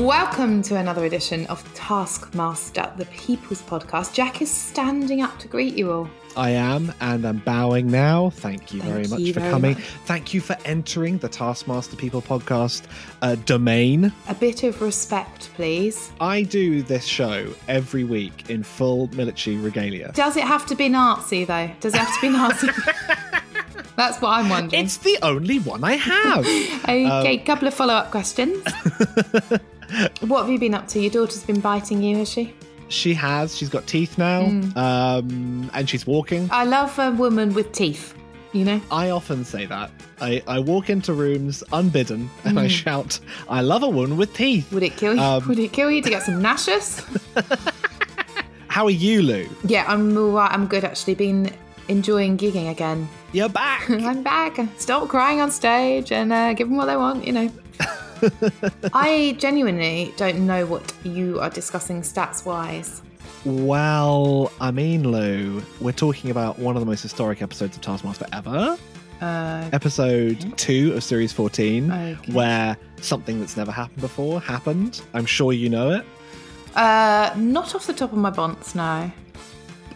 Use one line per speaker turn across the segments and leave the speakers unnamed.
Welcome to another edition of Taskmaster, the People's Podcast. Jack is standing up to greet you all.
I am, and I'm bowing now. Thank you very
Thank
much
you
for
very
coming.
much.
Thank you for entering the Taskmaster People podcast uh, domain.
A bit of respect, please.
I do this show every week in full military regalia.
Does it have to be Nazi, though? Does it have to be Nazi? That's what I'm wondering.
It's the only one I have.
okay, couple of follow up questions. what have you been up to? Your daughter's been biting you, has she?
she has. She's got teeth now,
Hmm.
um, and she's walking.
I love a woman with teeth, you know?
I often say that. I, I walk into rooms unbidden and
Hmm.
I shout, I love a woman with teeth.
Would it kill you? Would it kill you to get some gnashes?
How are you, Lou?
yeah, I'm all right. I'm good, actually. Been enjoying gigging again.
You're back.
I'm back. Stop crying on stage and uh, give them what they want, you know. I genuinely don't know what you are discussing stats wise.
Well, I mean, Lou, we're talking about one of the most historic episodes of Taskmaster ever. Episode two of series 14,
Okay.
where something that's never happened before happened. I'm sure you know it.
Uh, not off the top of my bonds, no.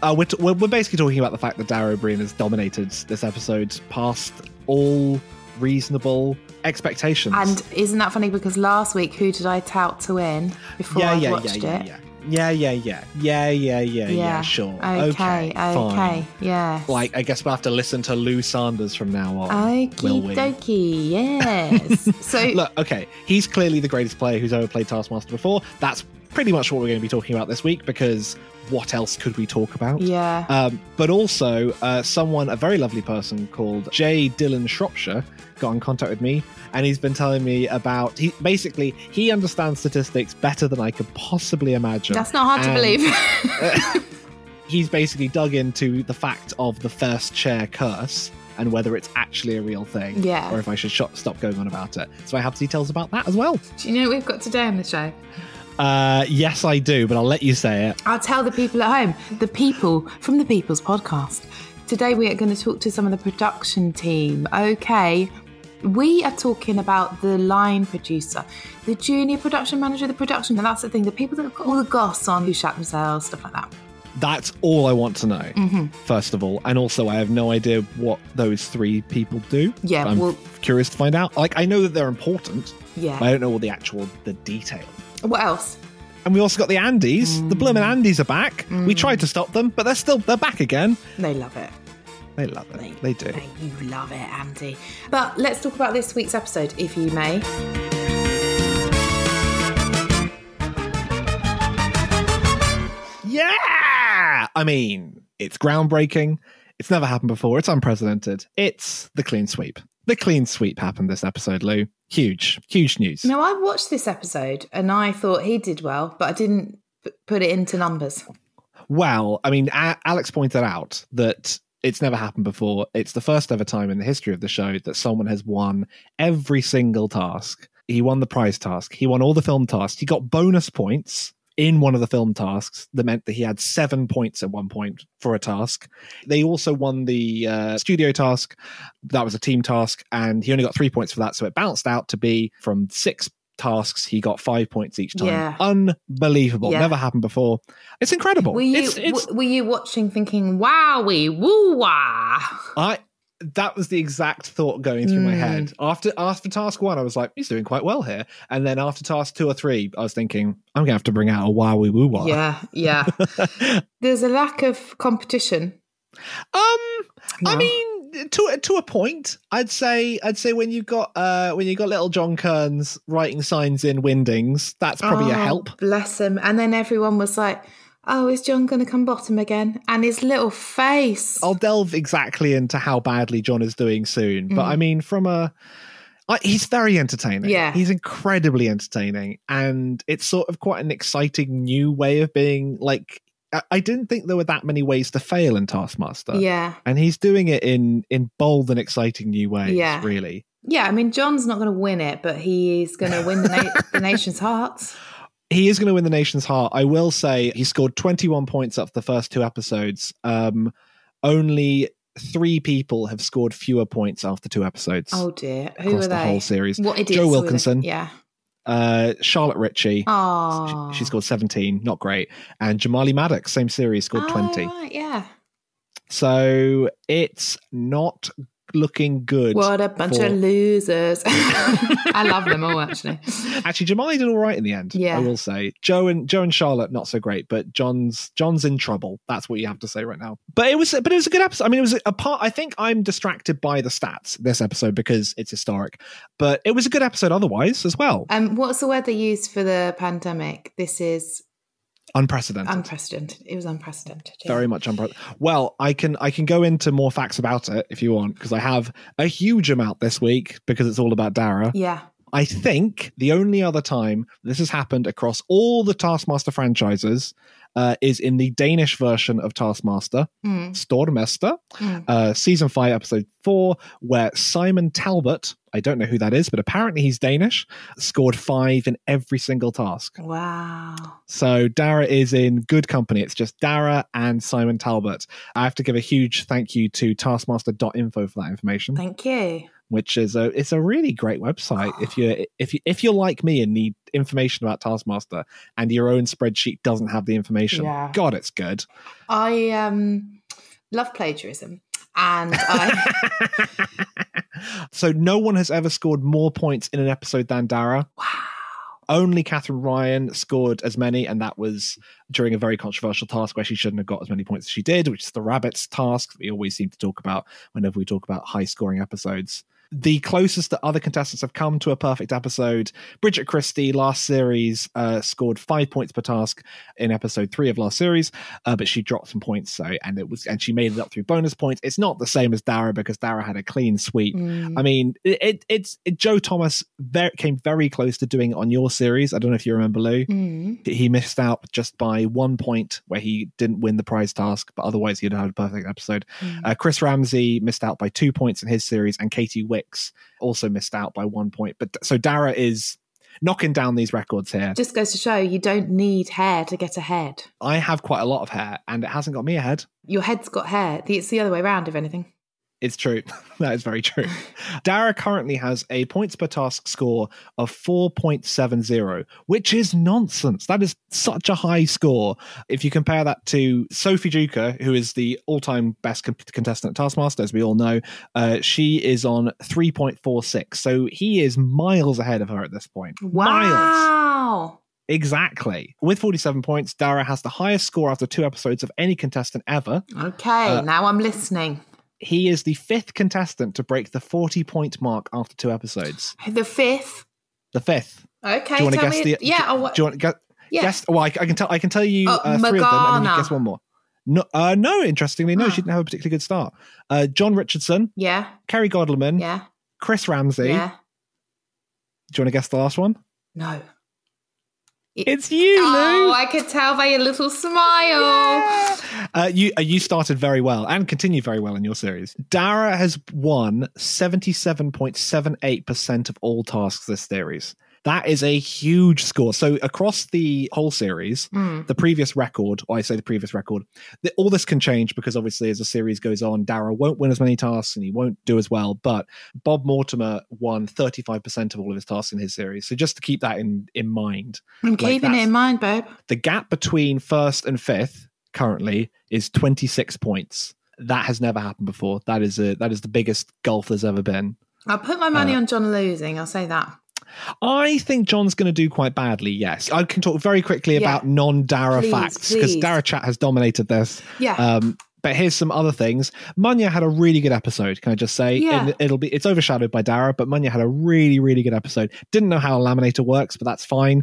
Uh, we're, t- we're, we're basically talking about the fact that Darrow Breen has dominated this episode past all reasonable expectations.
And isn't that funny because last week, who did I tout to win before
yeah,
I
yeah, yeah,
watched
yeah,
it?
yeah. Yeah, yeah, yeah. Yeah, yeah, yeah, yeah, sure.
Okay, okay,
fine.
yeah.
Like, I guess we'll have to listen to Lou Sanders from now on. will
Okie
we?
dokie, yes. so,
Look, okay, he's clearly the greatest player who's ever played Taskmaster before. That's pretty much what we're going to be talking about this week because what else could we talk about?
yeah.
Um, but also, uh, someone, a very lovely person called J. Dylan Shropshire, got in contact with me, and he's been telling me about. He basically he understands statistics better than I could possibly imagine.
That's not hard to
And
believe.
He's basically dug into the fact of the first chair curse and whether it's actually a real thing,
Yeah.
or if I should sh- stop going on about it. So I have details about that as well.
Do you know what we've got today on the show?
Uh, yes, I do, but I'll let you say it.
I'll tell the people at home, the people from the People's Podcast. Today we are going to talk to some of the production team. Okay. We are talking about the line producer, the junior production manager, the production, and that's the thing, the people that have got all the goss on who shat themselves, stuff like that.
That's all I want to know,
Mm-hmm.
first of all. And also, I have no idea what those three people do.
Yeah,
I'm
well-
curious to find out. Like, I know that they're important.
Yeah.
But I don't know all the actual the detail.
What else?
And we also got the Andes.
Mm.
The Bloomin' Andes are back. We tried to stop them, but they're still they're back again.
They love it.
They love it. They do.
Hey, You love it, Andy. But let's talk about this week's episode, if you may.
Yeah. I mean, it's groundbreaking. It's never happened before. It's unprecedented. It's the clean sweep. The clean sweep happened this episode, Lou. Huge, huge news.
Now, I watched this episode and I thought he did well, but I didn't p- put it into numbers.
Well, I mean, A- Alex pointed out that it's never happened before. It's the first ever time in the history of the show that someone has won every single task. He won the prize task. He won all the film tasks. He got bonus points in one of the film tasks that meant that he had seven points at one point for a task. They also won the uh, studio task. That was a team task, and he only got three points for that. So it bounced out to be from six tasks, he got five points each time.
Yeah.
Unbelievable.
Yeah.
Never happened before. It's incredible.
Were you
It's- it's-
w- were you watching thinking, "Wowie, woo wah"?
I that was the exact thought going through my
Mm.
head after after task one. I was like, he's doing quite well here, and then after task two or three, I was thinking, I'm gonna have to bring out a wah wee woo wah.
Yeah, yeah. There's a lack of competition.
Um, I
No.
mean, to to a point, I'd say I'd say when you got uh when you got little John Kearns writing signs in Windings, that's probably a
Oh,
help.
Bless him. And then everyone was like, oh, is John going to come bottom again? And his little face.
I'll delve exactly into how badly John is doing soon, but I mean, from a I, he's very
Mm.
entertaining.
Yeah.
he's incredibly entertaining, and it's sort of quite an exciting new way of being. Like, I, I didn't think there were that many ways to fail in Taskmaster.
Yeah.
and he's doing it in in bold and exciting new ways.
Yeah.
really.
Yeah, I mean, John's not going to win it, but he is going to win the, na- the nation's hearts.
he is going to win the nation's heart. I will say he scored 21 points up the first two episodes. Um, only three people have scored fewer points after two episodes
Oh, dear. Who
across
are
the
they?
whole series.
What idiots?
Joe
were they?
Wilkinson,
Yeah.
uh, Charlotte Ritchie,
Oh.
she, she scored 17, not great, and Jamali Maddox, same series, scored
Ah.
20.
right, yeah.
So it's not looking good.
What a bunch
for-
of losers. I love them all, actually.
Actually, Jamali did all right in the end.
Yeah.
I will say Joe and Joe and Charlotte not so great, but John's John's in trouble. That's what you have to say right now. But it was but it was a good episode. I mean, it was a, part. I think I'm distracted by the stats this episode because it's historic, but it was a good episode otherwise as well.
Um, what's the word they used for the pandemic? This is
Unprecedented.
unprecedented. It was unprecedented. yeah.
very much unprecedented. Well, I can I can go into more facts about it if you want because I have a huge amount this week because it's all about Dara.
Yeah.
I think the only other time this has happened across all the Taskmaster franchises uh, is in the Danish version of Taskmaster,
Mm.
Stormester,
Mm.
uh, season five, episode four, where Simon Talbot, I don't know who that is, but apparently he's Danish, scored five in every single task.
Wow.
So Dara is in good company. It's just Dara and Simon Talbot. I have to give a huge thank you to Taskmaster.info for that information
Thank you.
which is a it's a really great website if you if you if you're like me and need information about Taskmaster and your own spreadsheet doesn't have the information.
Yeah.
God, it's good.
I um, love plagiarism. And I,
so no one has ever scored more points in an episode than Dara. Wow. Only Catherine Ryan scored as many, and that was during a very controversial task where she shouldn't have got as many points as she did, which is the rabbits task that we always seem to talk about whenever we talk about high scoring episodes. The closest that other contestants have come to a perfect episode, Bridget Christie last series uh, scored five points per task in episode three of last series, uh, but she dropped some points so and it was and she made it up through bonus points. It's not the same as Dara because Dara had a clean
Mm.
sweep. I mean, it, it it's it, Joe Thomas very, came very close to doing it on your series. I don't know if you remember Lou
Mm.
he missed out just by one point where he didn't win the prize task, but otherwise he'd had a perfect episode. Uh, Chris Ramsey missed out by two points in his series, and Katie Wicks also missed out by one point. But so Dara is knocking down these records here.
just goes to show you don't need hair to get ahead.
I have quite a lot of hair, and it hasn't got me ahead.
Your head's got hair. It's the other way around, if anything.
It's true. that is very true. Dara currently has a points per task score of 4.70, which is nonsense. That is such a high score. If you compare that to Sophie Duca, who is the all time best con- contestant at Taskmaster, as we all know, uh, she is on 3.46. So he is miles ahead of her at this point. Miles.
Wow.
Exactly. With 47 points, Dara has the highest score after two episodes of any contestant ever
Okay,
Uh,
now I'm listening.
he is the fifth contestant to break the 40 point mark after two episodes.
The fifth.
The fifth.
Okay,
do you want to
tell
guess
me.
the
yeah,
do,
I wa-
do you want to guess,
Yeah.
guess well I, I can tell I can tell you
Oh,
uh, three of them and then you
Morgana.
guess one more. No uh, no interestingly no
Oh.
she didn't have a particularly good start. Uh, John Richardson,
yeah,
Kerry Godleman,
yeah,
Chris Ramsey.
yeah.
Do you want to guess the last one?
No.
It's you,
Oh,
Lou.
I could tell by your little smile.
Uh, you uh, you started very well and continue very well in your series. Dara has won seventy seven point seven eight percent of all tasks this series. That is a huge score. So across the whole series, the previous record, or I say the previous record, the, all this can change because obviously as the series goes on, Dara won't win as many tasks and he won't do as well. But Bob Mortimer won thirty five percent of all of his tasks in his series. So just to keep that in in mind,
I'm keeping it
that's-
in mind, babe.
the gap between first and fifth currently is 26 points. That has never happened before. That is a that is the biggest gulf there's ever been.
I'll put my
Uh,
money on John losing. I'll say that.
I think John's going to do quite badly. Yes, I can talk very quickly
Yeah.
about non-Dara
Please,
facts because
please.
Dara chat has dominated this.
Yeah.
Um, but here's some other things. Munya had a really good episode. Can I just say?
Yeah.
And it'll be it's overshadowed by Dara, but Munya had a really really good episode. Didn't know how a laminator works, but that's fine.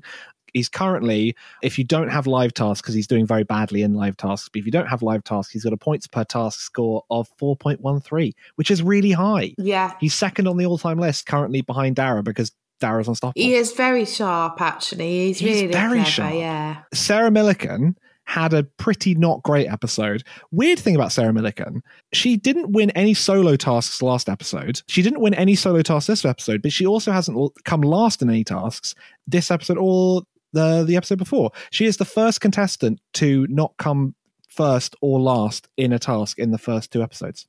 he's currently, if you don't have live tasks, because he's doing very badly in live tasks, but if you don't have live tasks, he's got a points per task score of 4.13, which is really high.
Yeah.
He's second on the all time list currently behind Dara because Dara's unstoppable.
He is very sharp, actually. He's,
He's
really
very
clever,
sharp.
Yeah.
Sarah Millican had a pretty not great episode. Weird thing about Sarah Millican, she didn't win any solo tasks last episode. She didn't win any solo tasks this episode, but she also hasn't l- come last in any tasks this episode or the the episode before. She is the first contestant to not come first or last in a task in the first two episodes.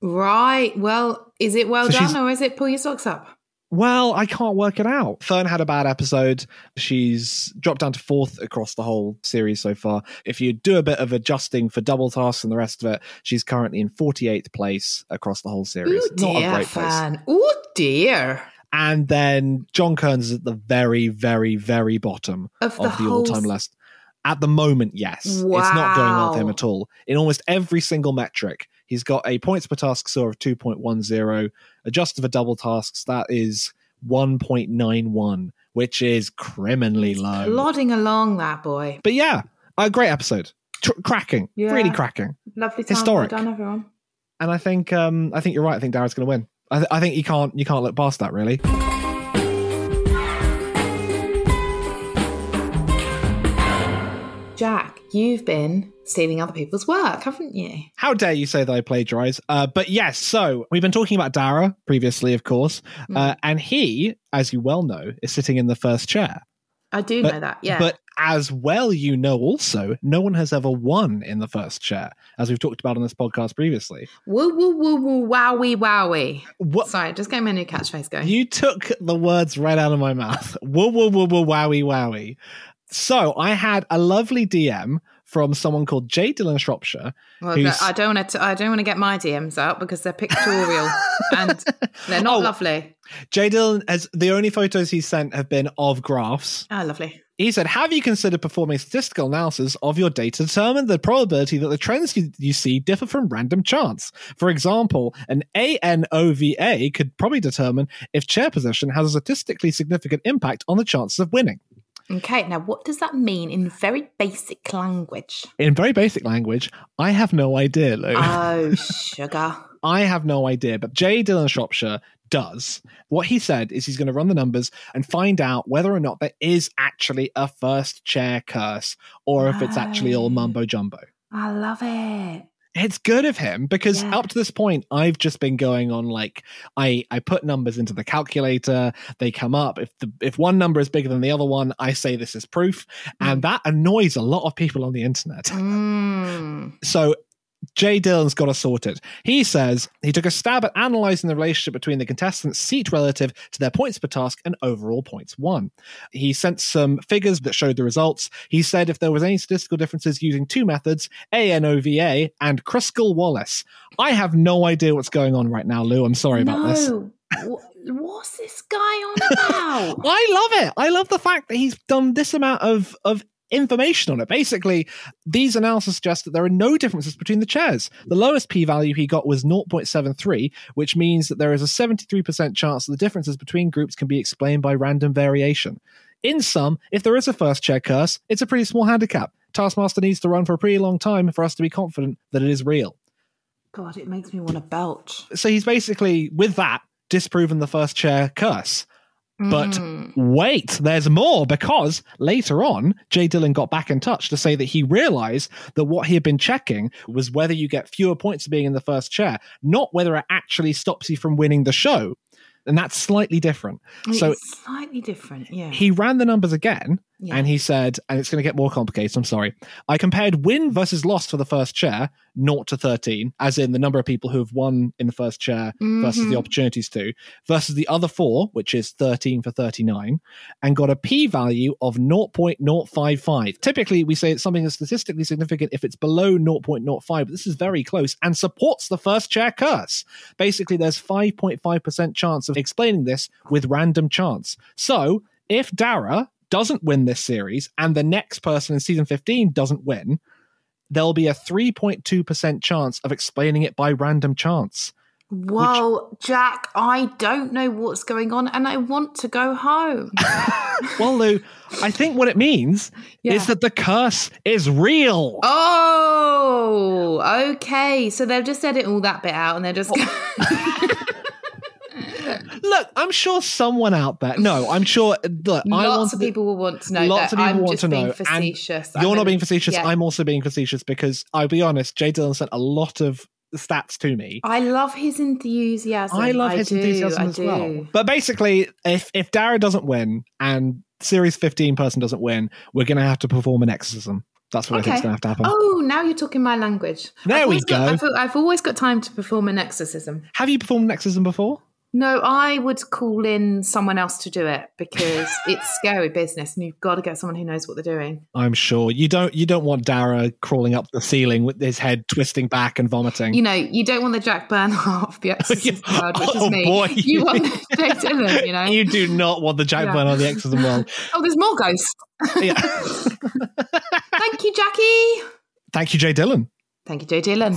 Right. Well, is it well
So she's-
done or is it pull your socks up?
Well, I can't work it out. Fern had a bad episode. She's dropped down to fourth across the whole series so far. If you do a bit of adjusting for double tasks and the rest of it, she's currently in 48th place across the whole series.
Oh
Not a
dear,
great place.
fan. Oh dear.
And then John Kearns is at the very, very, very bottom
Of the whole
all time
s-
list. At the moment, yes. It's not going well with him
Wow.
at all. In almost every single metric, he's got a points per task score of 2.10. Adjusted for double tasks, that is 1.91, which is criminally low.
Plodding along, that boy.
But yeah, a great episode. Tr- cracking.
Yeah.
Really cracking.
Lovely time.
Historic.
Well done, everyone.
And I think um, I think you're right. I think Darren's going to win. I, th- I think you can't you can't look past that really.
Jack, you've been stealing other people's work, haven't you?
How dare you say that I plagiarize? Uh, but yes, so we've been talking about Dara previously, of course,
Mm.
uh, and he, as you well know, is sitting in the first chair.
I do
But-
know that. Yeah.
But as well, you know, also, no one has ever won in the first chair, as we've talked about on this podcast previously.
woo woo woo woo wowie wowie.
What
Sorry, just get my new catchphrase going.
you took the words right out of my mouth. Woo woo woo woo wowie wowie. So I had a lovely DM from someone called Jay Dillon Shropshire,
well,
who's-
I don't want to. I don't want to get my DMs out because they're pictorial and they're not
Oh.
lovely.
Jay Dillon has the only photos he sent have been of graphs.
Ah, lovely.
He said, Have you considered performing statistical analysis of your data to determine the probability that the trends you, you see differ from random chance? For example, an ANOVA could probably determine if chair position has a statistically significant impact on the chances of winning.
Okay, now what does that mean in very basic language?
In very basic language, I have no idea, Lou.
Oh, sugar.
I have no idea, but Jay Dillon Shropshire does. What he said is he's going to run the numbers and find out whether or not there is actually a first chair curse or if it's actually all
Right.
mumbo jumbo.
I love it.
It's good of him because
Yeah.
up to this point, I've just been going on like I I put numbers into the calculator, they come up. If the if one number is bigger than the other one, I say this is proof, and that annoys a lot of people on the internet.
Mm.
So Jay Dillon's got us sorted. He says he took a stab at analysing the relationship between the contestants' seat relative to their points per task and overall points won. He sent some figures that showed the results. He said if there was any statistical differences using two methods, ANOVA and Kruskal Wallace. I have no idea what's going on right now, Lou. I'm sorry about this.
No. Wh- What's this guy on about?
I love it. I love the fact that he's done this amount of of information on it. Basically, these analysis suggest that there are no differences between the chairs. The lowest p-value he got was 0.73, which means that there is a 73% chance that the differences between groups can be explained by random variation. In sum, if there is a first chair curse, it's a pretty small handicap. Taskmaster needs to run for a pretty long time for us to be confident that it is real.
God, it makes me want to belch.
So he's basically, with that, disproven the first chair curse. But
Mm.
wait, there's more because later on, Jay Dillon got back in touch to say that he realized that what he had been checking was whether you get fewer points for being in the first chair, not whether it actually stops you from winning the show. And that's slightly different. So
it's slightly different. Yeah.
he ran the numbers again
Yeah.
and he said, and it's going to get more complicated, I'm sorry. I compared win versus loss for the first chair, 0 to 13, as in the number of people who have won in the first chair versus
Mm-hmm.
the opportunities to, versus the other four, which is 13 for 39, and got a p value of 0.055. Typically, we say it's something that's statistically significant if it's below 0.05, but this is very close and supports the first chair curse. Basically, there's 5.5% chance of explaining this with random chance. So, if Dara doesn't win this series and the next person in season 15 doesn't win, there'll be a 3.2% chance of explaining it by random chance.
Well, Jack, I don't know what's going on and I want to go home.
Well, Lou, I think what it means
Yeah.
is that the curse is real.
Uh, oh, okay. So they've just edit all that bit out and they're just.
Look, I'm sure someone out there. No, I'm sure. Look, I
lots
want
of
to-
people will want to know.
Lots
that
of
I'm
people want
just
to
being
know. and
facetious.
You're
I'm
not
a-
being facetious.
yeah.
I'm also being facetious because I'll be honest. Jay Dillon sent a lot of stats to me.
I love his enthusiasm.
I love his
do,
enthusiasm
I
as
do.
well. But basically, if if Dara doesn't win and Series 15 person doesn't win, we're going to have to perform an exorcism. That's what I think's
Okay.
going to have to happen.
Oh, now you're talking my language.
There
I've
we
always got-
go.
I've, I've always got time to perform an exorcism.
Have you performed an exorcism before?
No, I would call in someone else to do it because it's scary business, and you've got to get someone who knows what they're doing.
I'm sure you don't. You don't want Dara crawling up the ceiling with his head twisting back and vomiting.
You know, you don't want the Jack Bernhardt of the exorcist crowd, which
Oh,
is me.
boy.
You want the Jay Dillon, you know.
You do not want the Jack
Yeah.
Byrne on the exorcism world.
oh, there's more ghosts.
Yeah.
Thank you, Jackie.
Thank you, Jay Dillon.
Thank you, Jay Dillon.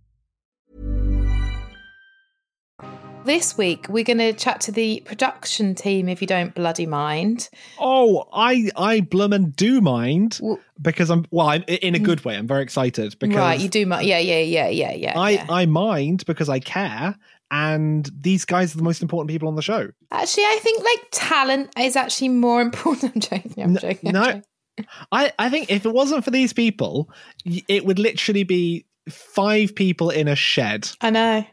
This week, we're going to chat to the production team, if you don't bloody mind.
Oh, I I bloomin' do mind
Well- Mm.
because I'm well I'm, in a good way. I'm very excited because
right, you do. Mi- yeah, yeah, yeah, yeah, yeah.
I
yeah.
I mind because I care, and these guys are the most important people on the show.
actually, I think like talent is actually more important. I'm joking. I'm joking. I'm
no.
joking.
I I think if it wasn't for these people, y- it would literally be five people in a shed,
I know.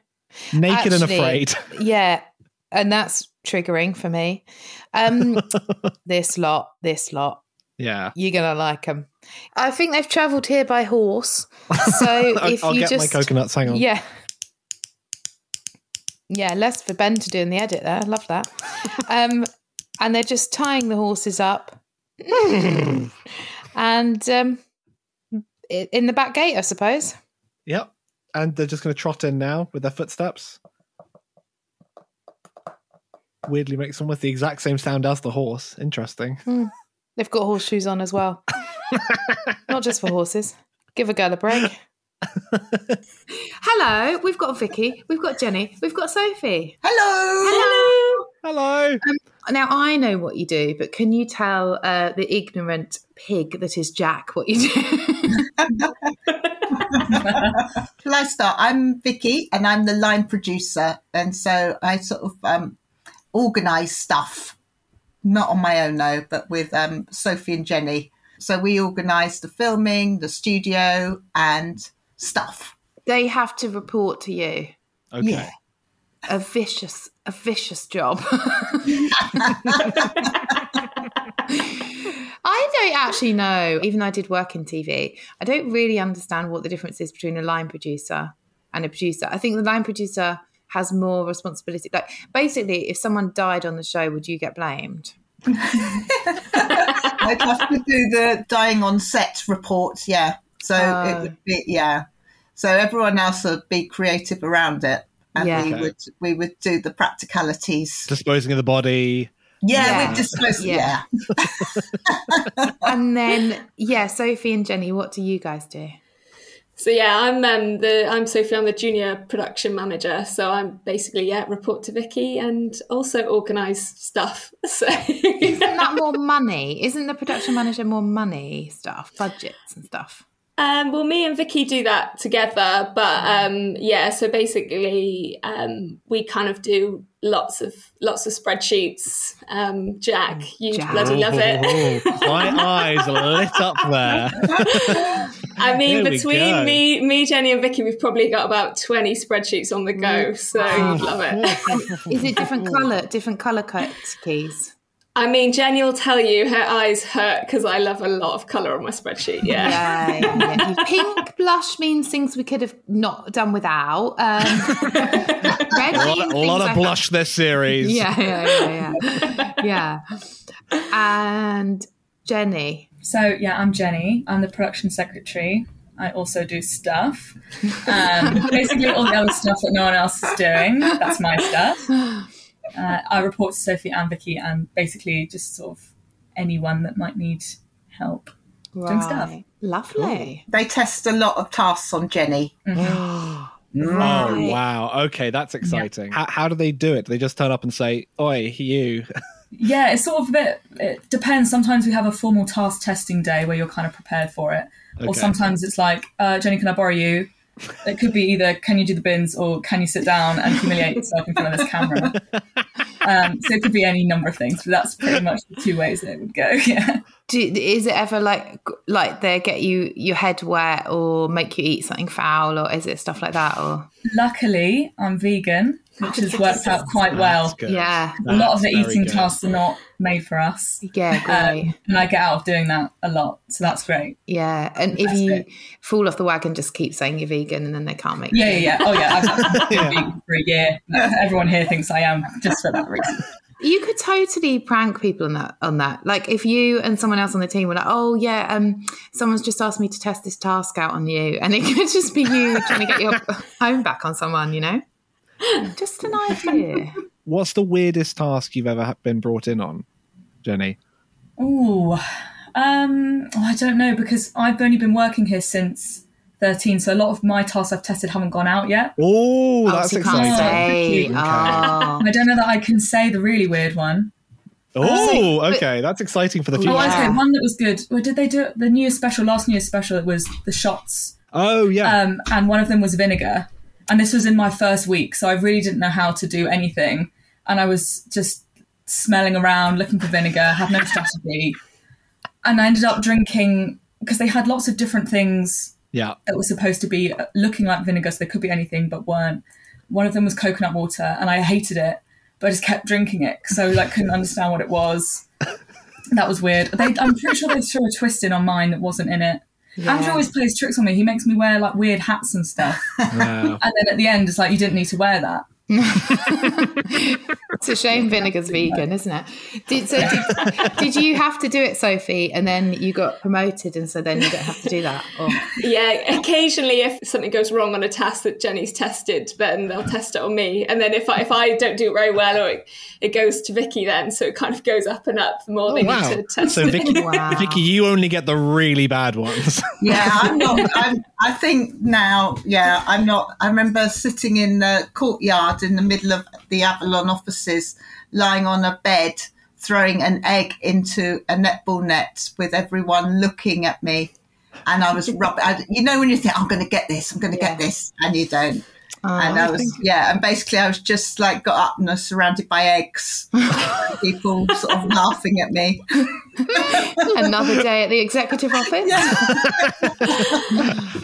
naked and
Actually,
afraid.
Yeah, and that's triggering for me. Um, this lot, this lot,
yeah.
you're gonna like them. I think they've travelled here by horse. So
I'll,
if
I'll
you
get
just
my coconuts. Hang on.
Yeah. Yeah, less for Ben to do in the edit there. I love that. Um, and they're just tying the horses up. and um, i- in the back gate, I suppose.
Yep. And they're just going to trot in now with their footsteps. Weirdly makes almost the exact same sound as the horse. Interesting.
Hmm. They've got horseshoes on as well. Not just for horses. Give a girl a break. Hello, we've got Vicky, we've got Jenny, we've got Sophie. Hello. Hello.
Hello.
Um, Now I know what you do, but can you tell uh, the ignorant pig that is Jack what you do?
Shall I start? I'm Vicky, and I'm the line producer, and so I sort of um, organise stuff, not on my own though, but with um, Sophie and Jenny. So we organise the filming, the studio, and stuff.
they have to report to you.
Okay.
Yeah.
A vicious, a vicious job. I don't actually know, even though I did work in TV, I don't really understand what the difference is between a line producer and a producer. I think the line producer has more responsibility. Like, basically, if someone died on the show, would you get blamed?
I'd have to do the dying on set report. Yeah, so
Oh.
it would be yeah. So everyone else would be creative around it, and
Yeah.
we
Okay.
would we would do the practicalities.
Disposing of the body.
Yeah,
Yeah.
we'd discuss.
Yeah.
yeah.
And then, yeah, Sophie and Jenny, what do you guys do?
So yeah, I'm um, the I'm Sophie. I'm the junior production manager. So I'm basically yeah report to Vicky and also organise stuff. So
Isn't that more money? Isn't the production manager more money stuff, budgets and stuff?
um, well, me and Vicky do that together. But um, yeah, so basically um, we kind of do lots of lots of spreadsheets. Um, Jack, you
Jack.
bloody love it.
Oh, my eyes lit up there.
I mean,
There we go.
between me, me, Jenny, and Vicky, we've probably got about twenty spreadsheets on the
Mm.
go. So you'd love it.
Oh,
Is it different colour, different colour codes, keys?
I mean, Jenny will tell you her eyes hurt because I love a lot of colour on my spreadsheet. Yeah.
Yeah, yeah, yeah. Pink blush means things we could have not done without. Um, red
A lot,
means
of- a
things
lot
I-
of blush this series.
Yeah, yeah, yeah, yeah. yeah. And Jenny.
So yeah, I'm Jenny. I'm the production secretary. I also do stuff. Um, basically, all the other stuff that no one else is doing. That's my stuff. Uh, I report to Sophie and Vicky, and basically just sort of anyone that might need help.
Right.
stuff.
Lovely.
They test a lot of tasks on Jenny.
Oh wow. Okay, that's exciting. How, how do they do it? Do they just turn up and say, "Oi, you"?
Yeah, it's sort of a bit. It depends. Sometimes we have a formal task testing day where you're kind of prepared for it, or
Okay.
sometimes it's like, uh, Jenny, can I borrow you? It could be either can you do the bins or can you sit down and humiliate yourself in front of this camera. Um, so it could be any number of things, but that's pretty much the two ways that it would go. Yeah,
Do, is it ever like like they get you your head wet or make you eat something foul or is it stuff like that or
luckily I'm vegan, which has worked out quite well.
That's good.
yeah
A lot of the
That's very
eating
good.
tasks are not made for us,
yeah great.
um, and I get out of doing that a lot, so that's great.
Yeah, and if
That's
you
it.
fall off the wagon, just keep saying you're vegan, and then they can't make.
Yeah,
you.
yeah, yeah. Oh, yeah. I've actually been vegan for a year. Everyone here thinks I am just for that reason.
You could totally prank people on that. On that, like if you and someone else on the team were like, "Oh yeah, um, someone's just asked me to test this task out on you," and it could just be you trying to get your home back on someone, you know. Just an idea.
What's the weirdest task you've ever ha- been brought in on, Jenny?
Ooh. Um, oh, I don't know because I've only been working here since 13. So a lot of my tasks I've tested haven't gone out yet.
Oh,
Oh,
that's
so you can't
exciting.
say.
Okay.
Oh,
I don't know that I can say the really weird one.
Oh, okay, that's exciting for the future.
Oh,
Yeah.
okay. One that was good. Well, did they do it? The New Year's special, last New Year's special, it was the shots.
Oh, yeah.
Um, and one of them was vinegar. And this was in my first week. So I really didn't know how to do anything. And I was just smelling around, looking for vinegar, had no strategy. And I ended up drinking because they had lots of different things
yeah.
that were supposed to be looking like vinegar, so they could be anything but weren't. One of them was coconut water, and I hated it, but I just kept drinking it because I like couldn't understand what it was. That was weird. They, I'm pretty sure they threw a twist in on mine that wasn't in it. Andrew always plays tricks on me. He makes me wear like weird hats and stuff,
Wow.
and then at the end, it's like you didn't need to wear that.
it's a shame vinegar's vegan, isn't it? Did, so did, did you have to do it, Sophie, and then you got promoted, and so then you don't have to do that? Oh, Or?
Yeah, occasionally if something goes wrong on a task that Jenny's tested, then they'll test it on me. And then if I, if I don't do it very well, or it, it goes to Vicky then, so it kind of goes up and up the more
Oh,
they
wow.
need to test
So,
it.
Vicky,
Wow.
Vicky, you only get the really bad ones.
Yeah, I'm not. I'm, I think now, yeah, I'm not. I remember sitting in the courtyard in the middle of the Avalon offices, lying on a bed, throwing an egg into a netball net with everyone looking at me. And I was rubbing, I, you know, when you think, I'm going to get this, I'm going to get this, and you don't. and I was, yeah, and basically I was just like got up and I was surrounded by eggs, people sort of laughing at me.
Another day at the executive office.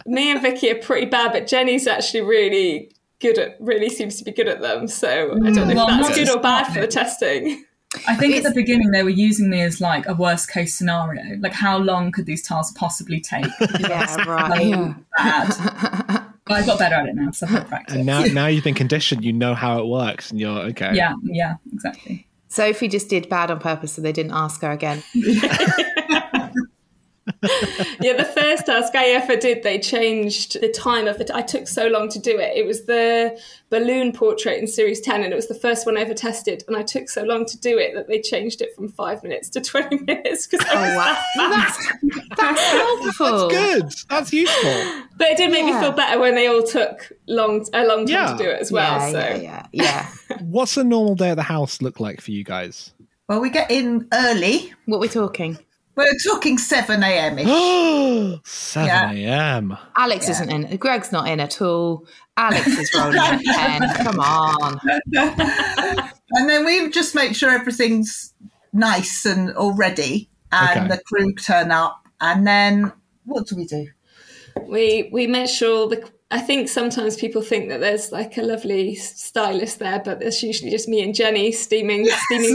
me and Vicky are pretty bad, but Jenny's actually really good at really seems to be good at them. So I don't know
Mm. Well,
if
not
that's good
just
or bad
that.
for the testing.
I think at the beginning they were using me as like a worst case scenario. Like how long could these tasks possibly take?
Yeah, right. Yeah.
Bad. but I got better at it now, so I've had practice.
and now, now you've been conditioned, you know how it works, and you're okay.
Yeah, yeah, exactly.
Sophie just did bad on purpose, so they didn't ask her again.
yeah, the first task I ever did, they changed the time of the. I took so long to do it. It was the balloon portrait in series ten, and it was the first one I ever tested. And I took so long to do it that they changed it from five minutes to twenty minutes.
Oh,
Because I was
Wow, that's, that's helpful.
Good. That's useful.
but it did make
Yeah.
me feel better when they all took long a long time
Yeah.
to do it as well.
Yeah,
so
yeah, yeah, yeah.
What's a normal day at the house look like for you guys?
Well, we get in early.
What we're talking?
We're talking 7 a.m. ish.
7
Yeah.
a.m.
Alex isn't in. Greg's not in at all. Alex is rolling a pen. Come on.
And then we just make sure everything's nice and all ready, and
Okay.
the crew turn up. And then what do we do?
We we make sure the
I think sometimes people think that there's like a lovely stylist there, but it's usually just me and Jenny steaming, steaming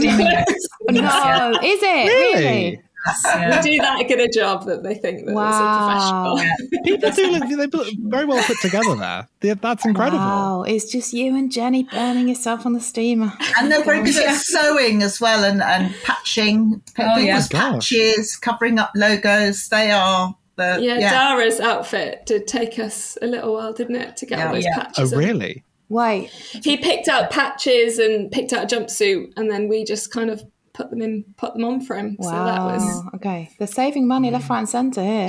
dinners.
No, is it
Really?
really?
Yeah.
do that get a job that they think that
Wow.
it's a professional.
People do look, they look very well put together there. They- That's incredible.
Wow, it's just you and Jenny burning yourself on the steamer.
And they're very good at sewing as well and, and patching.
Oh, yeah.
People's
Gosh.
patches, covering up logos. They are the.
Yeah,
Yeah.
Dara's outfit did take us a little while, didn't it, to get all those
Yeah.
Oh,
patches? up.
really?
Wait,
He picked out patches and picked out a jumpsuit, and then we just kind of put them in, put them on for him.
wow.
So that was
Okay, they're saving money left, right, and centre here.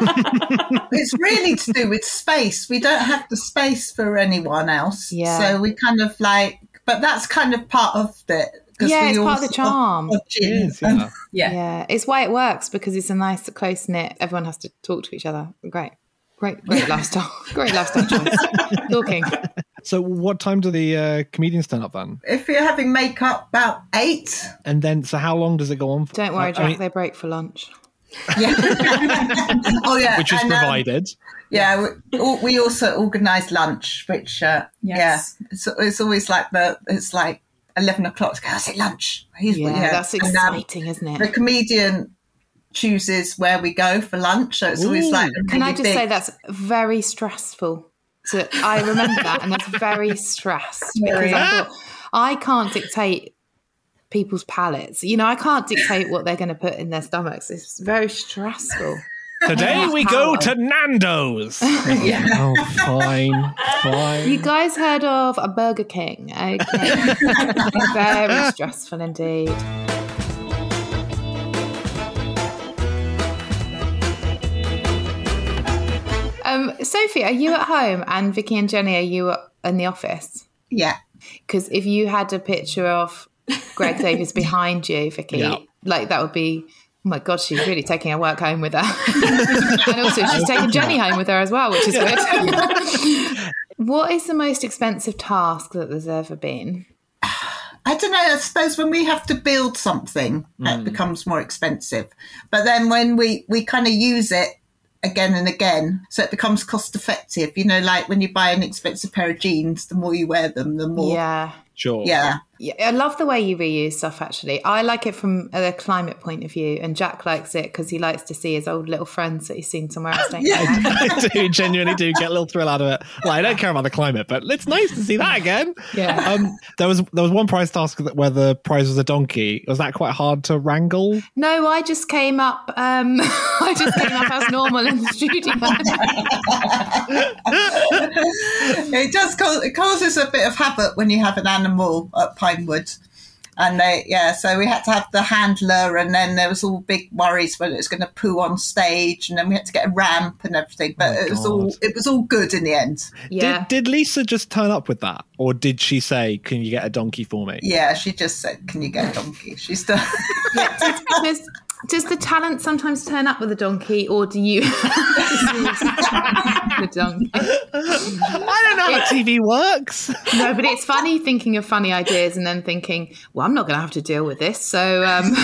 It's really to do with space. We don't have the space for anyone else.
Yeah.
So we kind of like. But that's kind of part of it. 'cause
Yeah,
we
it's
all
part of the
sort
charm.
dodge in.
Yes, yeah.
Yeah.
Yeah, it's why it works because it's a nice, close knit. Everyone has to talk to each other. Great, great, great lifestyle. Great lifestyle choice. Talking.
So, what time do the uh, comedians turn up then?
If you're having makeup about eight,
And then, so how long does it go on for?
Don't worry,
I
Jack.
mean,
they break for lunch.
yeah. oh yeah,
which is
and, um,
provided.
yeah, we, al- we also organise lunch, which uh,
Yes.
yeah, it's, it's always like the it's like eleven o'clock. It's like, "Oh, is it lunch? Here's
Yeah,
what-
that's
And, um,
exciting, isn't
the
it?
comedian chooses where we go for lunch, so it's always
Ooh.
like. a
Can I
really
just
big-
say that's very stressful. So I remember that, and that's very stressed because I thought I can't dictate people's palates. You know, I can't dictate what they're going to put in their stomachs. It's very stressful.
Today we go to Nando's. Oh, fine, fine.
You guys heard of a Burger King? Okay. Very stressful indeed. Um, Sophie, are you at home? And Vicky and Jenny, are you in the office?
Yeah,
Because if you had a picture of Greg Davies behind you, Vicky,
Yeah.
like that would be. Oh my God, she's really taking her work home with her. and also, she's taking Jenny home with her as well, which is good. what is the most expensive task that there's ever been?
I don't know. I suppose when we have to build something,
Hmm.
it becomes more expensive. But then when we we kind of use it again and again, so it becomes cost effective. You know, like when you buy an expensive pair of jeans, the more you wear them, the more.
Yeah.
Sure.
Yeah.
Yeah, I love the way you reuse stuff. Actually, I like it from a climate point of view, and Jack likes it because he likes to see his old little friends that he's seen somewhere else. don't you?
I do genuinely do get a little thrill out of it. Well, I don't care about the climate, but it's nice to see that again.
Yeah.
Um, there was there was one prize task that where the prize was a donkey. Was that quite hard to wrangle?
No, I just came up. Um, I just came up as normal in the studio.
It does cause it causes a bit of havoc when you have an animal at Pinewood. And they, yeah, so we had to have the handler, and then there was all big worries whether it was going to poo on stage, and then we had to get a ramp and everything. But
Oh,
it was
God.
all it was all good in the end.
yeah.
Did, did Lisa just turn up with that, or did she say, "Can you get a donkey for me"?
Yeah, she just said, "Can you get a donkey?" She's done.
does, does the talent sometimes turn up with a donkey, or do you? the donkey.
I don't know how TV works.
No, but it's funny thinking of funny ideas and then thinking, well, I'm not going to have to deal with this. So, um...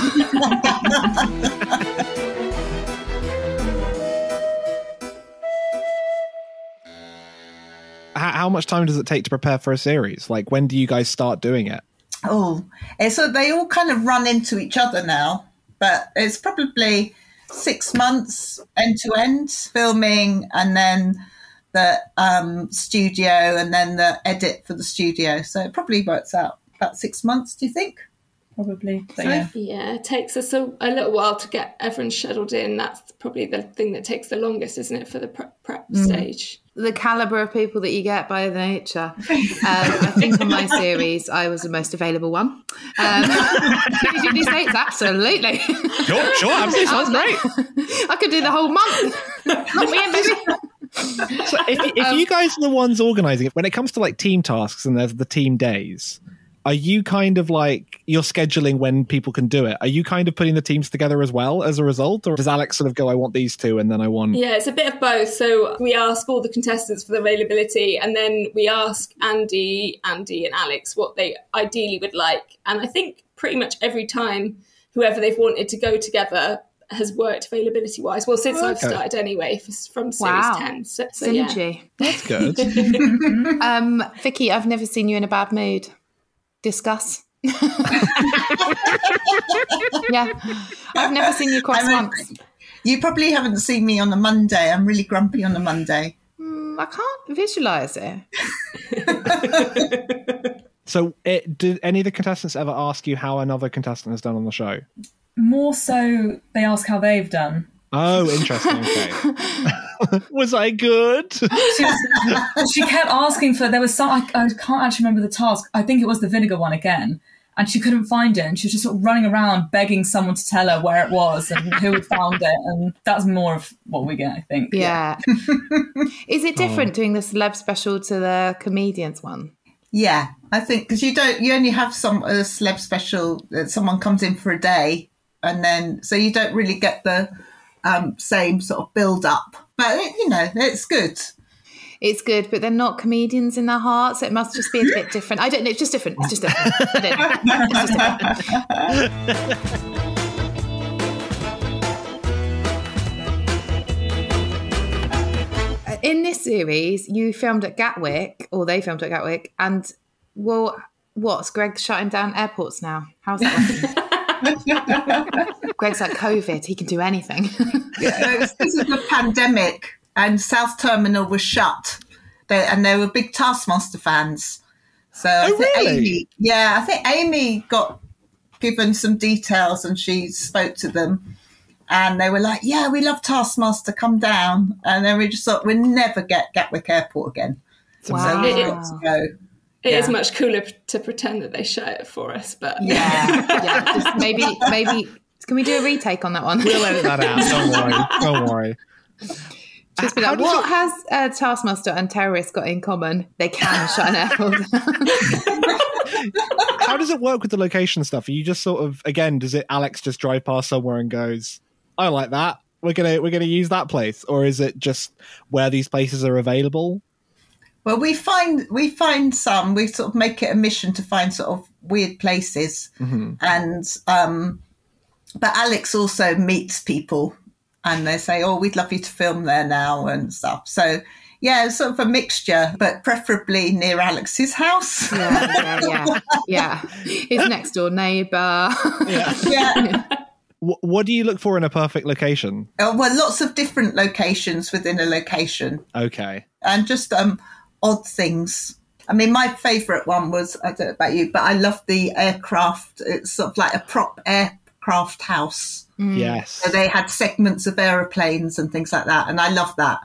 how, how much time does it take to prepare for a series? Like, when do you guys start doing it?
oh, and so they all kind of run into each other now, but it's probably six months end to end filming, and then the um, studio, and then the edit for the studio. So it probably works out about six months. Do you think?
Probably. But yeah.
yeah. It takes us a, a little while to get everyone scheduled in. That's probably the thing that takes the longest, isn't it, for the prep, prep stage?
the caliber of people that you get by the nature. Um, I think on my series, I was the most available one. Um, Fiji States, absolutely.
Sure, sure, absolutely.
I was great. I could do the whole month. Not me and Fiji.
So if, if
Um,
you guys are the ones organizing it, when it comes to like team tasks and there's the team days, are you kind of like you're scheduling when people can do it? Are you kind of putting the teams together as well as a result, or does Alex sort of go, "I want these two," and then I want?
Yeah, it's a bit of both. So we ask all the contestants for the availability, and then we ask Andy, Andy, and Alex what they ideally would like. And I think pretty much every time, whoever they've wanted to go together has worked availability wise. Well, since I've
Okay.
started anyway, f- from series
Wow.
10. So, so yeah.
Synergy.
That's good.
Um, Vicky, I've never seen you in a bad mood. Discuss. yeah, I've never seen you cross
I'm a-
once.
You probably haven't seen me on a Monday. I'm really grumpy on a Monday.
Mm, I can't visualize it.
so, it, did any of the contestants ever ask you how another contestant has done on the show?
More so, they ask how they've done.
Oh, interesting. Okay. Was I good?
She, was- she kept asking for. There was some. I, I can't actually remember the task. I think it was the vinegar one again, and she couldn't find it. And she was just sort of running around begging someone to tell her where it was and who had found it. And that's more of what we get, I think.
Yeah. Is it different doing the celeb special to the comedians one?
Yeah, I think because you don't, you only have some a celeb special. That someone comes in for a day, and then so you don't really get the um, same sort of build up. But it, you know, it's good.
It's good, but they're not comedians in their hearts. It must just be a bit different. I don't know. It's just different. It's just different. I don't know. in this series, you filmed at Gatwick, or they filmed at Gatwick, and well, what's Greg shutting down airports now? How's that working? Greg's like COVID; he can do anything.
it was because of the pandemic and South Terminal was shut. They, and they were big Taskmaster fans. So I
Oh,
think
really?
Amy, yeah, I think Amy got given some details and she spoke to them. And they were like, yeah, we love Taskmaster, come down. And then we just thought, we'll never get Gatwick Airport again. So we
Wow.
got to go.
It is
Yeah.
much cooler p- to pretend that they shut it for us, but
Yeah, yeah. Just maybe, maybe. Can we do a retake on that one?
We'll edit that out. Don't worry. Don't worry.
Just be
How
like,
does
what
it-
has uh, Taskmaster and terrorists got in common? They can shut an airport down.
How does it work with the location stuff? Are you just sort of again? Does it Alex just drive past somewhere and goes, "I like that. We're gonna we're gonna use that place," or is it just where these places are available?
Well, we find we find some. We sort of make it a mission to find sort of weird places, and um, but Alex also meets people, and they say, "Oh, we'd love you to film there now" and stuff. So yeah, it's sort of a mixture, but preferably near Alex's house.
yeah, yeah, yeah, yeah. His next door neighbour.
yeah.
Wh- what do you look for in a perfect location?
Oh, well, lots of different locations within a location.
Okay.
and just um, odd things. I mean, my favourite one was I don't know about you, but I love the aircraft. It's sort of like a prop aircraft house.
Yes.
So Mm. they had segments of aeroplanes and things like that, and I love that.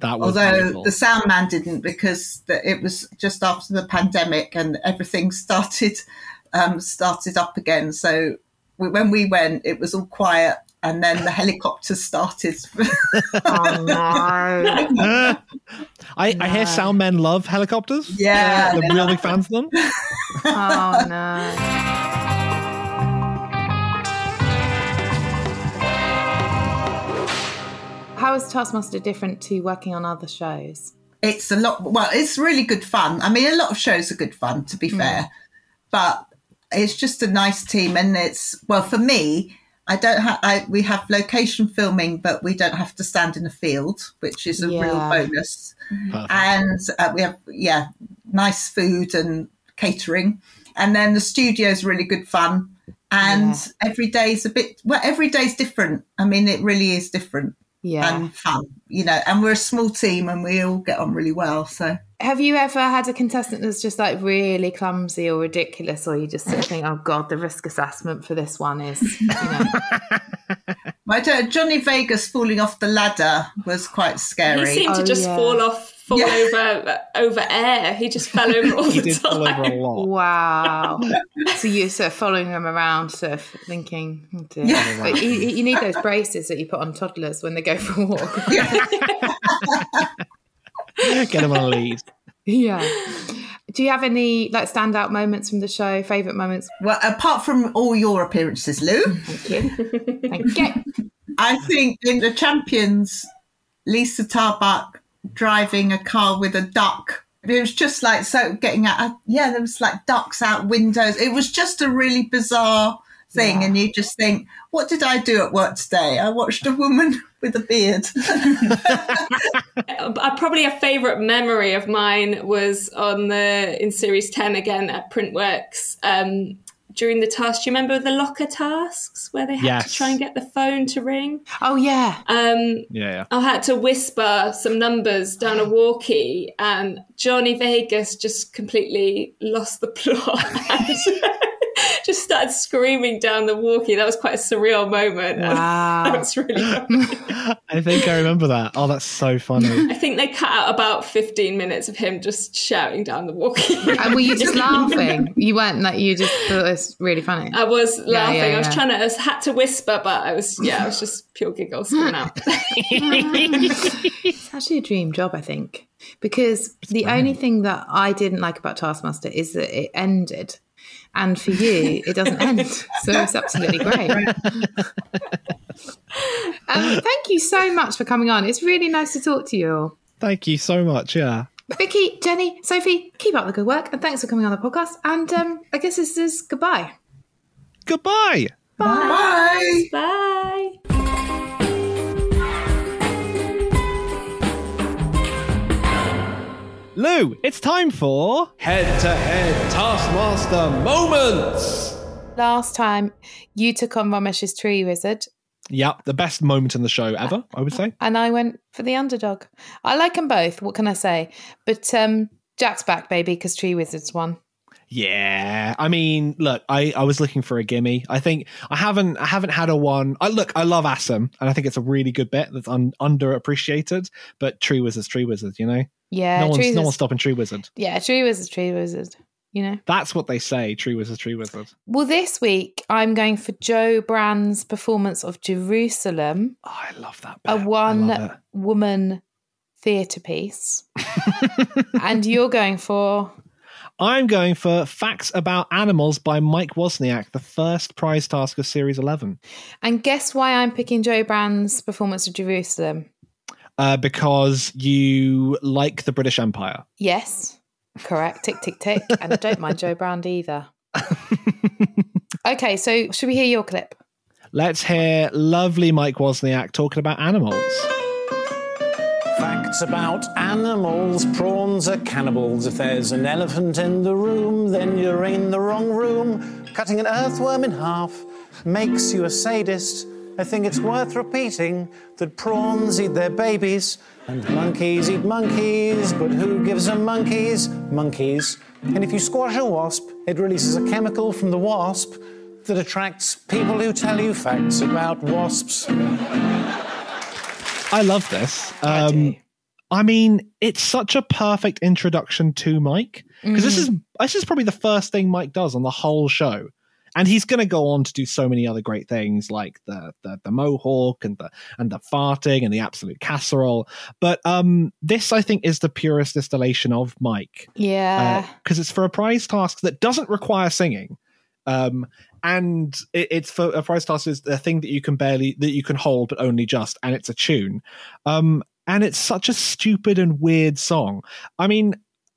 that was
Although
beautiful.
the sound man didn't because the, it was just after the pandemic and everything started um, started up again. So we, when we went, it was all quiet, and then the helicopter started.
Oh no!
I, I hear sound men love helicopters.
Yeah.
They're really big fans of them.
Oh no! How is Taskmaster different to working on other shows?
it's a lot well it's really good fun i mean a lot of shows are good fun to be fair but it's just a nice team and it's well for me i don't have I, we have location filming but we don't have to stand in a field which is a real
Yeah.
bonus
Perfect.
and uh, we have yeah nice food and catering and then the studio is really good fun and every day is a bit well every day's different i mean it really is different
Yeah.
and fun, you know. And we're a small team, and we all get on really well. So
Have you ever had a contestant that's just like really clumsy or ridiculous, or you just sort of think, oh god, the risk assessment for this one is, you know,
I don't, Johnny Vegas falling off the ladder was quite
he
scary.
seemed
Oh,
to just
yeah.
fall off, fall
Yeah.
over, over air. He just fell over all
He
the
did fall over a
time.
lot.
wow. so you're sort of following them around, sort of thinking, oh dear.
Yeah.
But you, you need those braces that you put on toddlers when they go for a walk.
Get them on a lead.
yeah. Do you have any like standout moments from the show? Favorite moments?
well, apart from all your appearances, Lou,
Thank you. Thank you.
I think in the champions, Lisa Tarbuck driving a car with a duck. It was just uh, like so getting out. Yeah, there was like ducks out windows. It was just a really bizarre thing, and you just think, what did I do at work today? I watched a woman with a beard.
Uh, probably a favourite memory of mine was on the in series ten again at Printworks. Um, during the task, do you remember the locker tasks where they had
Yes.
to try and get the phone to ring?
Oh yeah.
Um,
Yeah, yeah.
I had to whisper some numbers down a walkie, and Johnny Vegas just completely lost the plot and just started screaming down the walkie. That was quite a surreal moment. and
Wow.
that was really. funny.
I think I remember that. Oh, that's so funny.
I think they cut out about fifteen minutes of him just shouting down the walkie.
And were you just laughing? You weren't like you just thought it was really funny.
I was laughing.
yeah,
I was
yeah.
trying to. I was, had to whisper, but I was yeah. I was just pure giggles coming out.
It's actually a dream job, I think, because the only thing that I didn't like about Taskmaster is that it ended. And for you, it doesn't end. So it's absolutely great. um, thank you so much for coming on. It's really nice to talk to you all.
Thank you so much. Yeah.
Vicky, Jenny, Sophie, keep up the good work. And thanks for coming on the podcast. And um, I guess this is goodbye.
Goodbye.
Bye.
Bye.
Lou, it's time for head to head Taskmaster moments.
Last time you took on Ramesh's tree wizard,
Yep, the best moment in the show ever, I would say.
and I went for the underdog. I like them both. What can I say? But um, Jack's back, baby, because Tree Wizards won.
Yeah, I mean, look, I, I was looking for a gimme. I think I haven't I haven't had a one. I look, I love Assam, and I think it's a really good bit that's un, underappreciated. But Tree Wizard's Tree Wizard, you know,
Yeah,
no one's
Tree
no
Wizards-
one's stopping Tree Wizard.
Yeah, Tree Wizards, Tree Wizard. You know.
That's what they say. Tree Wizard, Tree Wizard.
Well, this week I'm going for Joe Brand's performance of Jerusalem,
Oh, I love that. Bit.
a
I love it.
one-woman theatre piece, and you're going for
I'm going for Facts About Animals by Mike Wozniak, the first prize task of Series 11.
And guess why I'm picking Joe Brand's performance of Jerusalem?
Uh, because you like the British Empire.
Yes, correct. Tick, tick, tick. And I don't mind Joe Brand either. Okay, so should we hear your clip?
Let's hear lovely Mike Wozniak talking about animals.
Facts about animals. Prawns are cannibals. If there's an elephant in the room, then you're in the wrong room. Cutting an earthworm in half makes you a sadist. I think it's worth repeating that prawns eat their babies and monkeys eat monkeys, but who gives them monkeys? Monkeys. And if you squash a wasp, it releases a chemical from the wasp that attracts people who tell you facts about wasps.
I love this. Um, I mean, it's such a perfect introduction to Mike because this is this is probably the first thing Mike does on the whole show, and he's going to go on to do so many other great things like the, the the mohawk and the and the farting and the absolute casserole. But um, this I think is the purest distillation of Mike
Yeah.
because Uh, it's for a prize task that doesn't require singing um and it, it's for a prize task is a thing that you can barely that you can hold but only just and it's a tune um and it's such a stupid and weird song i mean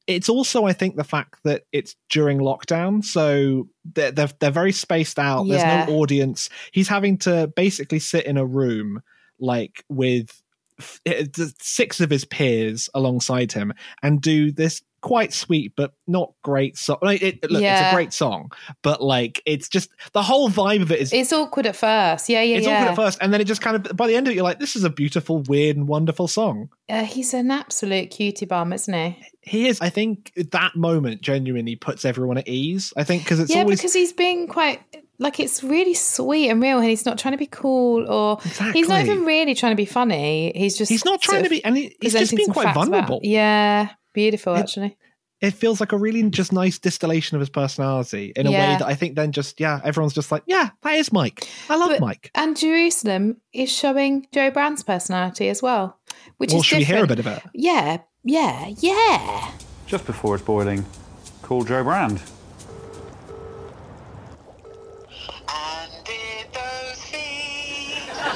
it's also i think the fact that it's during lockdown so they're they're, they're very spaced out
Yeah.
there's no audience he's having to basically sit in a room like with f- it- it's six of his peers alongside him and do this quite sweet but not great song like it, look it's
Yeah.
a great song but like it's just the whole vibe of it is
it's awkward at first. Yeah, yeah,
it's
yeah.
awkward at first and then it just kind of by the end of it you're like this is a beautiful weird and wonderful song
Uh, he's an absolute cutie bum, isn't he?
he is i think that moment genuinely puts everyone at ease i think because it's
yeah,
always
because he's being quite like it's really sweet and real, and he's not trying to be cool or he's not
Exactly.
even really trying to be funny. He's just
he's not
sort
trying to
of
be and he, he's just
presenting
being
some
quite
facts about-
vulnerable
yeah, beautiful
It-
actually.
it feels like a really just nice distillation of his personality in a way
Yeah.
that I think then just yeah everyone's just like yeah that is Mike I love
But-
Mike.
And Jerusalem is showing Joe Brand's personality as well, which
Well,
is
should we hear a
different.
bit of it?
Yeah, yeah, yeah.
Just before it's boiling, call Joe Brand.
And did those feet from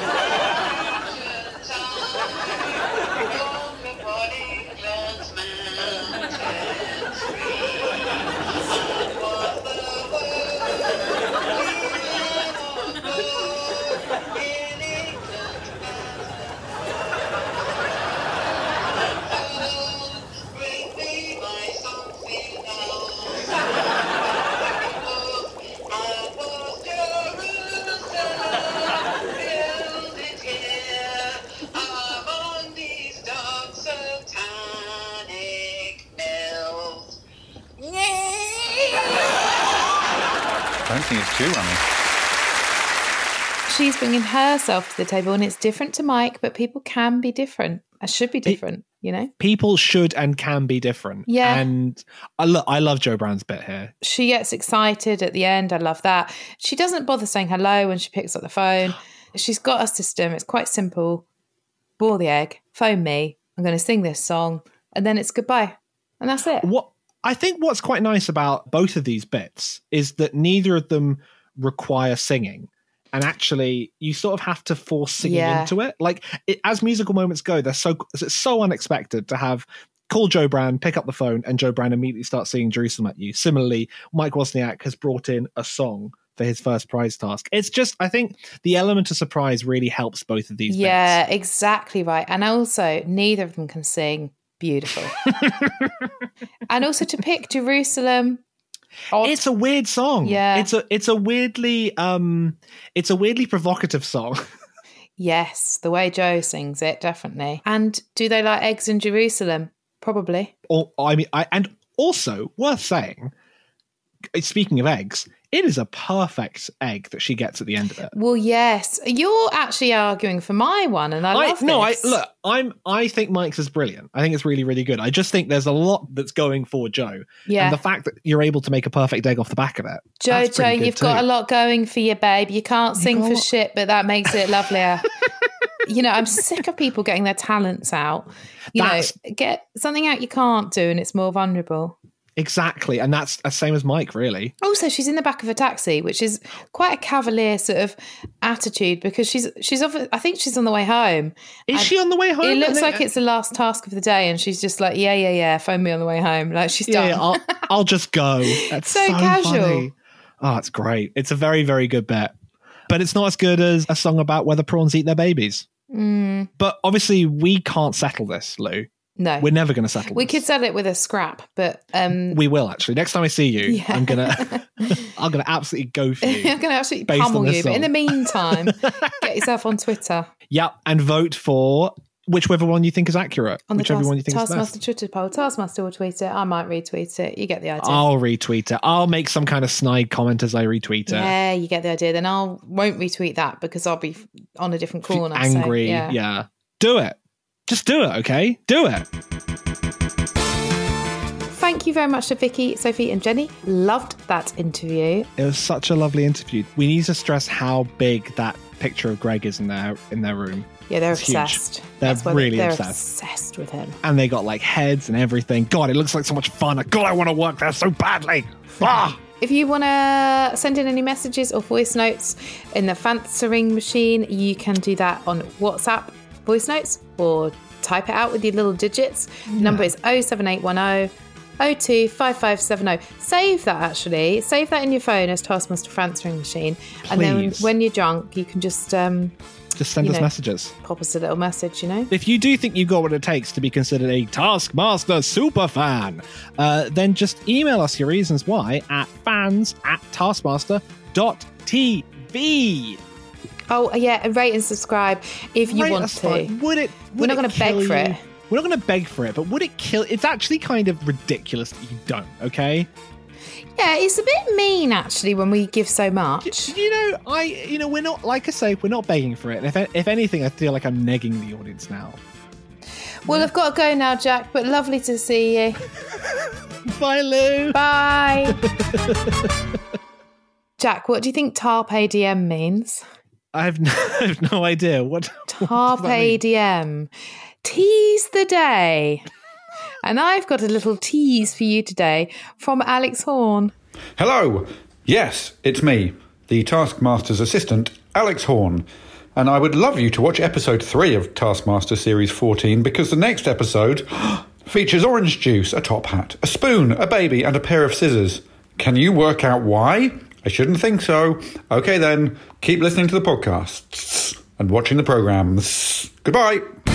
the body that's mounted free? And was the world
think it's too runny.
She's bringing herself to the table, and it's different to Mike, but people can be different. I should be different, you know?
People should and can be different.
Yeah.
And I look, I love Joe Brown's bit here.
She gets excited at the end. I love that. She doesn't bother saying hello when she picks up the phone. She's got a system. It's quite simple. Boil the egg, phone me. I'm going to sing this song, and then it's goodbye. And that's it.
What I think what's quite nice about both of these bits is that neither of them require singing. And actually, you sort of have to force singing
Yeah.
into it. Like it, as musical moments go, they're so it's so unexpected to have call Joe Brand, pick up the phone, and Joe Brand immediately starts singing Jerusalem at you. Similarly, Mike Wozniak has brought in a song for his first prize task. It's just I think the element of surprise really helps both of these. bits.
yeah, exactly right. And also, neither of them can sing beautiful. and also, to pick Jerusalem,
It's a weird song.
Yeah.
It's a it's a weirdly um it's a weirdly provocative song.
yes, the way Joe sings it, definitely. And do they like eggs in Jerusalem? Probably.
or I mean, I and also worth saying. uh, Speaking of eggs, it is a perfect egg that she gets at the end of it.
Well, yes, you're actually arguing for my one, and I, love
no, I
this.
look. I'm. I think Mike's is brilliant. I think it's really, really good. I just think there's a lot that's going for Joe.
Yeah.
And the fact that you're able to make a perfect egg off the back of it, that's pretty
Jojo,
good
you've got a
too.
lot going for you, babe. You can't sing for shit, but that makes it lovelier. you know, I'm sick of people getting their talents out. You
That's-
know, get something out you can't do, and it's more vulnerable.
Exactly, and that's the same as Mike, really.
Also, she's in the back of a taxi, which is quite a cavalier sort of attitude because she's she's off. I think she's on the way home.
Is she on the way home?
It
I
looks
think-
like it's the last task of the day, and she's just like, yeah, yeah, yeah. Phone me on the way home. Like she's done.
Yeah, yeah, I'll, I'll just go. That's
So casual.
funny. Oh, it's great. It's a very, very good bet. But it's not as good as a song about whether prawns eat their babies.
Mm,
But obviously, we can't settle this, Lou.
no,
We're never going to settle
We
this.
could sell it with a scrap, but um,
we will actually. Next time I see you,
Yeah.
I'm gonna, I'm gonna absolutely go for
I'm
you.
going to absolutely
Based on
pummel
this
you. But in the
song.
meantime, get yourself on Twitter
yep, and vote for whichever one you think is accurate,
on the
whichever
task,
one you think is
Taskmaster
best.
Twitter poll. Taskmaster will tweet it. I might retweet it. You get the idea.
I'll retweet it. I'll make some kind of snide comment as I retweet it.
yeah, you get the idea. Then I'll won't retweet that because I'll be f- on a different corner. so,
angry.
yeah.
yeah. do it. Just do it. Okay, do it.
Thank you very much to Vicky, Sophie, and Jenny. Loved that interview.
It was such a lovely interview. We need to stress how big that picture of Greg is in their in their room.
Yeah, they're
It's huge.
obsessed.
They're
That's why they-
really
they're
obsessed.
obsessed with him.
And they got like heads and everything. God, it looks like so much fun. God, I want to work there so badly. Ah,
If you want to send in any messages or voice notes in the fancering machine, you can do that on WhatsApp voice notes or type it out with your little digits. The number is 07810 025570. oh. Save that actually. Save that in your phone as Taskmaster fancering machine. And then
Please.
when you're drunk, you can just um,
just send
You
us
know.
messages.
pop us a little message, you know?
If you do think you got what it takes to be considered a Taskmaster superfan, uh, then just email us your reasons why at fans at taskmaster.tv.
Oh, yeah, and rate and subscribe if you
Rate
want
us
to.
five. Would it?
We're
would
not gonna
it
beg
kill
for
you?
it.
We're not going to beg for it, but would it kill? It's actually kind of ridiculous that you don't. Okay,
Yeah, it's a bit mean actually when we give so much.
you know, I, you know, we're not like I say, we're not begging for it. And if if anything, I feel like I'm negging the audience now.
Well, I've got to go now, Jack, but lovely to see you.
Bye, Lou.
Bye. Jack, what do you think Tarpe DM means?
I have no, I have no idea what.
Tarpe DM. Tease the day. And I've got a little tease for you today from Alex Horn.
Hello! Yes, it's me, the Taskmaster's assistant, Alex Horn. And I would love you to watch episode 3 of Taskmaster Series 14 because the next episode features orange juice, a top hat, a spoon, a baby, and a pair of scissors. Can you work out why? I shouldn't think so. Okay then, keep listening to the podcasts and watching the programs. Goodbye!